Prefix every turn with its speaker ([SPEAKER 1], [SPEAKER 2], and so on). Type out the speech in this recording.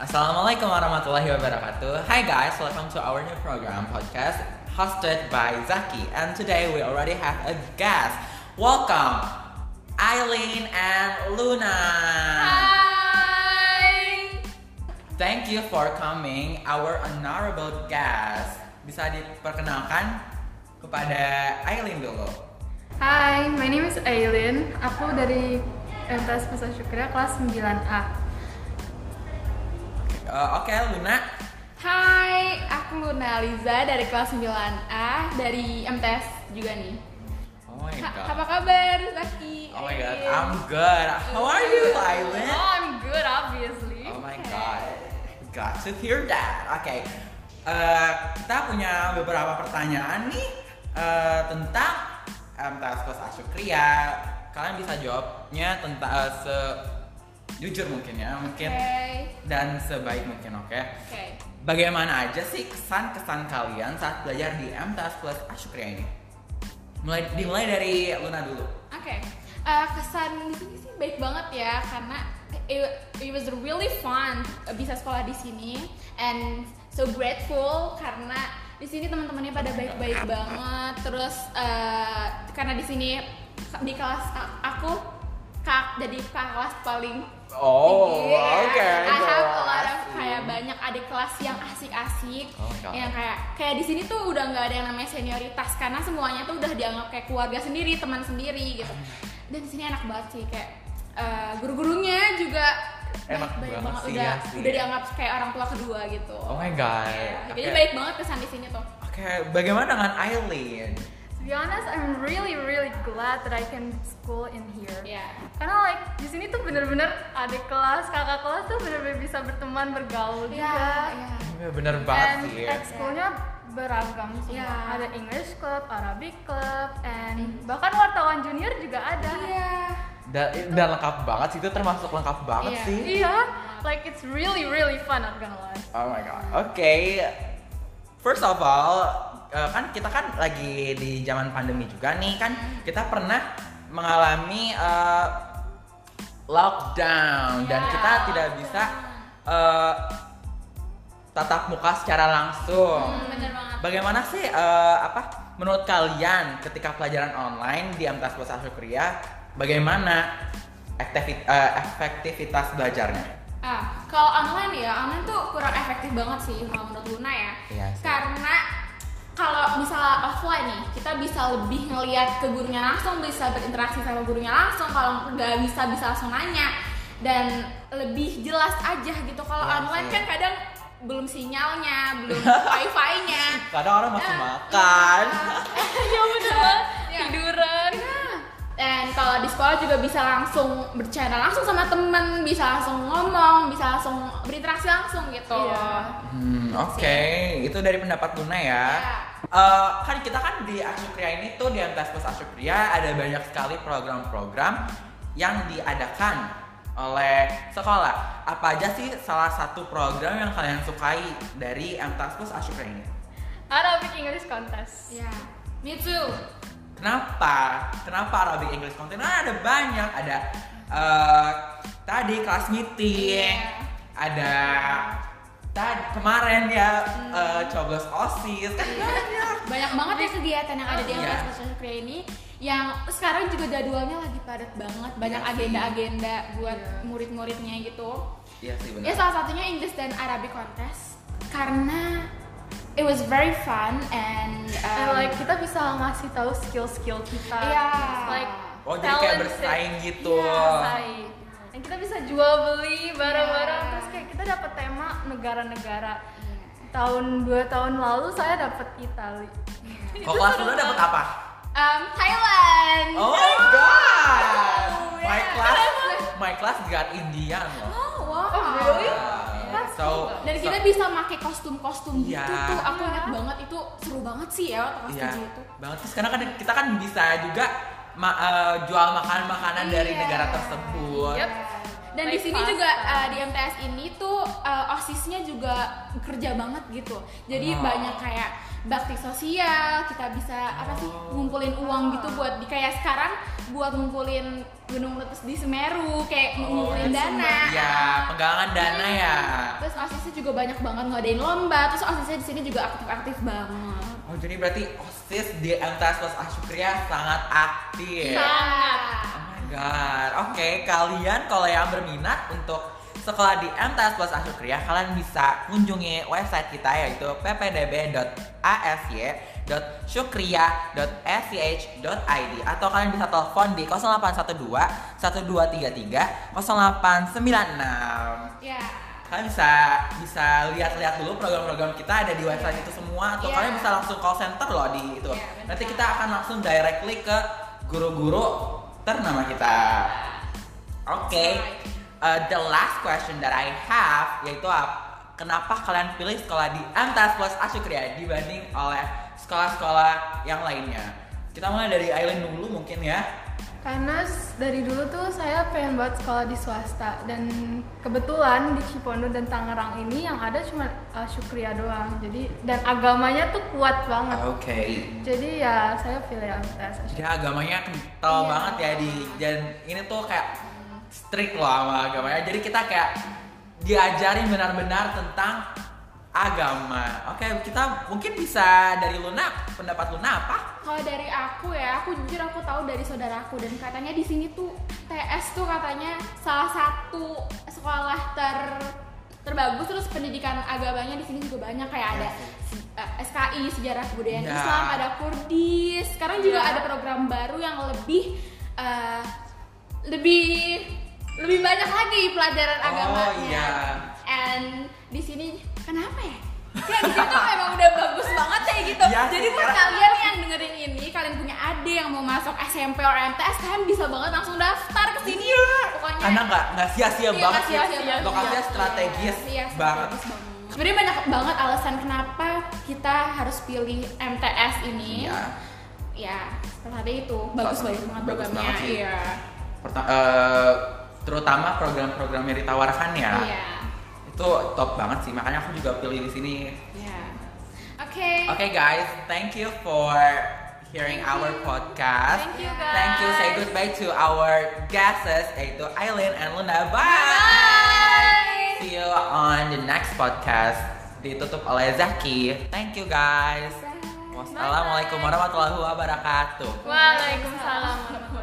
[SPEAKER 1] Assalamualaikum warahmatullahi wabarakatuh. Hi guys, welcome to our new program podcast hosted by Zaki. And today we already have a guest. Welcome, Eileen and Luna.
[SPEAKER 2] Hai.
[SPEAKER 1] Thank you for coming. Our honorable guest. Bisa diperkenalkan kepada Eileen dulu.
[SPEAKER 2] Hai, my name is Aileen. Aku dari MTS Pusat Syukria kelas 9A.
[SPEAKER 1] Uh, Oke, Luna.
[SPEAKER 3] Hai, aku Luna Liza dari kelas 9A dari MTS juga nih.
[SPEAKER 1] Oh my
[SPEAKER 3] Ha-
[SPEAKER 1] god.
[SPEAKER 3] apa kabar, Zaki?
[SPEAKER 1] Oh my god,
[SPEAKER 3] Aileen?
[SPEAKER 1] I'm good. How are you, Eileen?
[SPEAKER 3] Oh, I'm good obviously.
[SPEAKER 1] Oh my god, got to hear that. Oke, Eh, kita punya beberapa pertanyaan nih eh, tentang MTS Plus Asyukria. Kalian bisa jawabnya tentang eh, se jujur mungkin ya,
[SPEAKER 3] Oke.
[SPEAKER 1] mungkin dan sebaik mungkin, oke?
[SPEAKER 3] Oke.
[SPEAKER 1] Bagaimana aja sih kesan-kesan kalian saat belajar di MTS Plus Asyukria ini? Mulai dimulai dari Luna dulu.
[SPEAKER 3] Oke. Eh, kesan di sini sih baik banget ya karena it, it was really fun eh, bisa sekolah di sini and so grateful karena di sini teman-temannya pada baik-baik banget terus eh, karena di sini di kelas a- aku kak jadi kak kelas paling
[SPEAKER 1] Oh,
[SPEAKER 3] tinggi ya. I have a lot of kayak banyak adik kelas yang asik-asik
[SPEAKER 1] Oh my God.
[SPEAKER 3] yang kayak kayak di sini tuh udah nggak ada yang namanya senioritas karena semuanya tuh udah dianggap kayak keluarga sendiri teman sendiri gitu dan di sini enak banget sih kayak eh, guru-gurunya juga
[SPEAKER 1] Enak
[SPEAKER 3] baik-baik
[SPEAKER 1] banget sih,
[SPEAKER 3] udah
[SPEAKER 1] ya sih.
[SPEAKER 3] udah dianggap kayak orang tua kedua gitu
[SPEAKER 1] Oh my god.
[SPEAKER 3] Iya, jadi
[SPEAKER 1] Oke.
[SPEAKER 3] baik banget kesan di sini tuh
[SPEAKER 1] Oke, bagaimana dengan Eileen?
[SPEAKER 2] To be honest, I'm really really glad that I can school in here.
[SPEAKER 3] ya
[SPEAKER 2] Karena like di sini tuh bener-bener adik kelas, kakak kelas tuh bener-bener bisa berteman, bergaul juga.
[SPEAKER 3] ya
[SPEAKER 1] Iya, Bener banget
[SPEAKER 2] And
[SPEAKER 1] sih.
[SPEAKER 2] ekskulnya beragam semua.
[SPEAKER 3] Ya.
[SPEAKER 2] Ada English club, Arabic club, and bahkan wartawan junior juga ada.
[SPEAKER 3] Iya.
[SPEAKER 1] Dan, dan lengkap banget sih, itu termasuk lengkap banget
[SPEAKER 3] Iya.
[SPEAKER 1] sih.
[SPEAKER 2] Iya, like it's really really fun, not gonna lie.
[SPEAKER 1] Oh my god. Oke. First of all, eh, kan kita kan lagi di zaman pandemi juga nih kan. Kita pernah mengalami eh, lockdown dan
[SPEAKER 3] Iya,
[SPEAKER 1] kita tidak bisa eh, tatap muka secara langsung.
[SPEAKER 3] Hmm, bener banget
[SPEAKER 1] Bagaimana sih eh, apa menurut kalian ketika pelajaran online di Amtas Bahasa Syukria bagaimana aktivi- eh, efektivitas belajarnya?
[SPEAKER 3] Ah, kalau online ya, online tuh kurang efektif banget sih kalau menurut Luna ya.
[SPEAKER 1] Iya sih.
[SPEAKER 3] Karena kalau misalnya offline nih, kita bisa lebih ngelihat ke gurunya langsung, bisa berinteraksi sama gurunya langsung. Kalau nggak bisa bisa langsung nanya dan lebih jelas aja gitu. Kalau
[SPEAKER 1] Iya
[SPEAKER 3] online
[SPEAKER 1] sih.
[SPEAKER 3] kan kadang belum sinyalnya, belum wifi-nya.
[SPEAKER 1] Kadang orang masih
[SPEAKER 3] Ah,
[SPEAKER 1] makan.
[SPEAKER 3] Iya benar. Tiduran. Dan kalau di sekolah juga bisa langsung bercanda langsung sama temen, bisa langsung ngomong, bisa langsung berinteraksi langsung gitu.
[SPEAKER 2] Iya.
[SPEAKER 1] Hmm, oke, itu dari pendapat Luna ya.
[SPEAKER 3] Iya.
[SPEAKER 1] Eh, kan kita kan di Asyukria ini tuh di Amtas Plus Asyukria ada banyak sekali program-program yang diadakan oleh sekolah. Apa aja sih salah satu program yang kalian sukai dari Amtas Plus Asyukria ini?
[SPEAKER 2] Arabic English contest.
[SPEAKER 3] Iya. Me too.
[SPEAKER 1] Kenapa? Kenapa Arabic English content? Nah, ada banyak, ada eh, tadi kelas meeting,
[SPEAKER 3] Iya.
[SPEAKER 1] ada tadi kemarin ya
[SPEAKER 3] Hmm.
[SPEAKER 1] eh, coblos osis kan
[SPEAKER 3] Iya.
[SPEAKER 1] banyak.
[SPEAKER 3] Banyak banget ya kegiatan yang ada di
[SPEAKER 1] Iya.
[SPEAKER 3] Ampas Social Care ini yang sekarang juga jadwalnya lagi padat banget, banyak
[SPEAKER 1] Iya sih.
[SPEAKER 3] agenda-agenda buat
[SPEAKER 2] Iya.
[SPEAKER 3] murid-muridnya gitu.
[SPEAKER 1] Iya sih
[SPEAKER 3] Ya
[SPEAKER 1] benar.
[SPEAKER 3] salah satunya English dan Arabic contest karena it was very fun and
[SPEAKER 2] And
[SPEAKER 3] um,
[SPEAKER 2] like kita bisa ngasih tahu skill-skill kita.
[SPEAKER 3] Iya.
[SPEAKER 2] Like
[SPEAKER 1] Oh jadi kayak
[SPEAKER 2] talent
[SPEAKER 1] bersaing
[SPEAKER 2] sih.
[SPEAKER 1] gitu.
[SPEAKER 2] Iya, bersaing. Dan kita bisa jual beli barang-barang
[SPEAKER 3] Iya.
[SPEAKER 2] terus kayak kita dapat tema negara-negara.
[SPEAKER 3] Iya.
[SPEAKER 2] Tahun dua tahun lalu saya dapat Itali.
[SPEAKER 1] Kok kelas Luna dapat apa?
[SPEAKER 3] Um, Thailand.
[SPEAKER 1] Oh my god.
[SPEAKER 3] ya.
[SPEAKER 1] My class, my class got Indian loh.
[SPEAKER 3] Oh, wow.
[SPEAKER 2] Oh, really?
[SPEAKER 1] Yeah, Ah, so,
[SPEAKER 3] Dan kita
[SPEAKER 1] so-
[SPEAKER 3] bisa pakai kostum-kostum
[SPEAKER 1] Iya.
[SPEAKER 3] gitu tuh. Aku ingat banget itu seru banget sih ya waktu kelas
[SPEAKER 1] Iya,
[SPEAKER 3] tujuh itu.
[SPEAKER 1] banget. Terus karena kan kita kan bisa juga ma- eh, jual makanan-makanan dari
[SPEAKER 3] Iya.
[SPEAKER 1] negara tersebut.
[SPEAKER 2] Yep.
[SPEAKER 3] Dan di
[SPEAKER 2] Like
[SPEAKER 3] sini
[SPEAKER 2] pasta.
[SPEAKER 3] juga eh, di MTS ini tuh eh, osisnya juga kerja banget gitu. Jadi
[SPEAKER 1] Oh.
[SPEAKER 3] banyak kayak bakti sosial, kita bisa apa sih
[SPEAKER 1] Oh.
[SPEAKER 3] ngumpulin uang gitu buat di kayak sekarang buat ngumpulin gunung letus di Semeru kayak
[SPEAKER 1] Oh,
[SPEAKER 3] ngumpulin dana Nah,
[SPEAKER 1] Ya, pegangan dana ya.
[SPEAKER 3] terus osisnya juga banyak banget ngadain lomba terus osisnya di sini juga aktif-aktif banget
[SPEAKER 1] Oh jadi berarti osis di MTS Plus Asyukria sangat aktif.
[SPEAKER 3] sangat
[SPEAKER 1] Oh my god. Oke, kalian kalau yang berminat untuk sekolah di MTS Plus Asyukria, kalian bisa kunjungi website kita yaitu ppdb.asy.syukria.sch.id atau kalian bisa telepon di 0812 1233 0896
[SPEAKER 3] ya
[SPEAKER 1] kalian Kan bisa bisa lihat-lihat dulu program-program kita ada di website itu semua atau
[SPEAKER 3] Iya.
[SPEAKER 1] kalian bisa langsung call center loh di itu
[SPEAKER 3] Iya, benar.
[SPEAKER 1] nanti kita akan langsung directly ke guru-guru ternama kita
[SPEAKER 3] Iya.
[SPEAKER 1] oke uh, the last question that I have yaitu ap- kenapa kalian pilih sekolah di Antas Plus Asyukria dibanding oleh sekolah-sekolah yang lainnya kita mulai dari Aileen dulu mungkin ya
[SPEAKER 2] Karena s- dari dulu tuh saya pengen buat sekolah di swasta dan kebetulan di Cipondo dan Tangerang ini yang ada cuma uh, Syukria doang. Jadi dan agamanya tuh kuat banget.
[SPEAKER 1] oke
[SPEAKER 2] Jadi ya saya pilih MTS.
[SPEAKER 1] Ya
[SPEAKER 2] Syukria.
[SPEAKER 1] agamanya kental
[SPEAKER 3] Iya.
[SPEAKER 1] banget ya di dan ini tuh kayak strict loh sama agamanya. Jadi kita kayak diajarin benar-benar tentang agama. Oke, kita mungkin bisa dari Luna, pendapat Luna apa?
[SPEAKER 3] kalau dari aku ya aku jujur aku tahu dari saudaraku dan katanya di sini tuh TS tuh katanya salah satu sekolah ter terbagus terus pendidikan agamanya di sini juga banyak kayak ada
[SPEAKER 1] Iya
[SPEAKER 3] se- eh, SKI sejarah kebudayaan
[SPEAKER 1] Ya.
[SPEAKER 3] Islam ada Kurdis sekarang juga
[SPEAKER 2] Ya.
[SPEAKER 1] Iya.
[SPEAKER 3] ada program baru yang lebih eh, lebih lebih banyak lagi pelajaran
[SPEAKER 1] Oh,
[SPEAKER 3] agamanya
[SPEAKER 1] iya.
[SPEAKER 3] and di sini kenapa ya Kayak di sini tuh emang udah bagus banget kayak gitu.
[SPEAKER 1] Iya,
[SPEAKER 3] Jadi buat
[SPEAKER 1] sekarang-
[SPEAKER 3] kalian yang dengerin ini, kalian punya adik yang mau masuk SMP or MTS, kalian bisa banget langsung daftar ke sini. Pokoknya
[SPEAKER 1] Iya. Karena nggak nggak sia-sia
[SPEAKER 3] Iya,
[SPEAKER 1] banget.
[SPEAKER 3] kasih- kasih- kasih.
[SPEAKER 1] Lokasinya
[SPEAKER 3] Iya,
[SPEAKER 1] strategis
[SPEAKER 3] iya, strategis
[SPEAKER 1] banget.
[SPEAKER 3] Sebenarnya banyak banget alasan kenapa kita harus pilih MTS ini.
[SPEAKER 1] Iya.
[SPEAKER 3] Ya, salah satu itu bagus
[SPEAKER 1] Salah
[SPEAKER 3] banget
[SPEAKER 1] satu-
[SPEAKER 3] banget
[SPEAKER 1] bagus
[SPEAKER 3] programnya.
[SPEAKER 1] banget sih.
[SPEAKER 3] Iya.
[SPEAKER 1] Perta- eh, terutama program-program yang ditawarkan ya.
[SPEAKER 3] Iya.
[SPEAKER 1] Itu top banget sih. Makanya aku juga pilih di sini
[SPEAKER 3] Iya. Oke.
[SPEAKER 1] Okay, guys, thank you for hearing
[SPEAKER 3] Thank
[SPEAKER 1] our
[SPEAKER 3] you.
[SPEAKER 1] podcast.
[SPEAKER 3] Thank you,
[SPEAKER 1] Thank you. Say
[SPEAKER 3] guys.
[SPEAKER 1] goodbye to our guests, yaitu Eileen and Luna. Bye.
[SPEAKER 3] Bye.
[SPEAKER 1] See you on the next podcast. Ditutup oleh Zaki. Thank you, guys. Wassalamualaikum warahmatullahi wabarakatuh.
[SPEAKER 2] Waalaikumsalam.